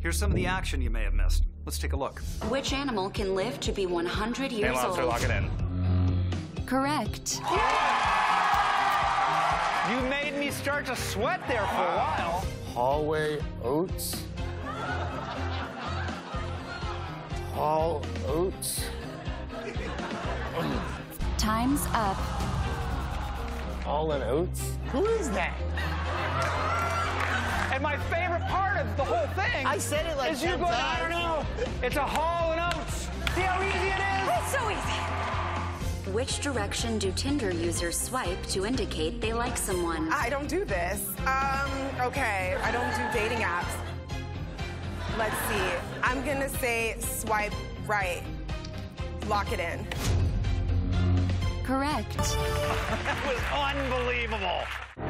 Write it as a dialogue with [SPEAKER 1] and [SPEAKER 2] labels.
[SPEAKER 1] Here's some of the action you may have missed. Let's take a look.
[SPEAKER 2] Which animal can live to be 100 years
[SPEAKER 3] Hey, Lobster,
[SPEAKER 2] old?
[SPEAKER 3] lock it in.
[SPEAKER 2] Correct.
[SPEAKER 3] You made me start to sweat there for a while.
[SPEAKER 4] Hallway oats. Hall oats.
[SPEAKER 2] Time's up.
[SPEAKER 4] All in oats.
[SPEAKER 5] Who is that?
[SPEAKER 3] And my favorite part of the whole thing
[SPEAKER 5] I said it like
[SPEAKER 3] is you
[SPEAKER 5] ten
[SPEAKER 3] go, I don't
[SPEAKER 5] times.
[SPEAKER 3] know. It's a hall and oats. See how easy it is?
[SPEAKER 2] so easy. Which direction do Tinder users swipe to indicate they like someone?
[SPEAKER 6] I don't do this. Um, okay, I don't do dating apps. Let's see. I'm gonna say swipe right. Lock it in.
[SPEAKER 2] Correct.
[SPEAKER 3] That was unbelievable.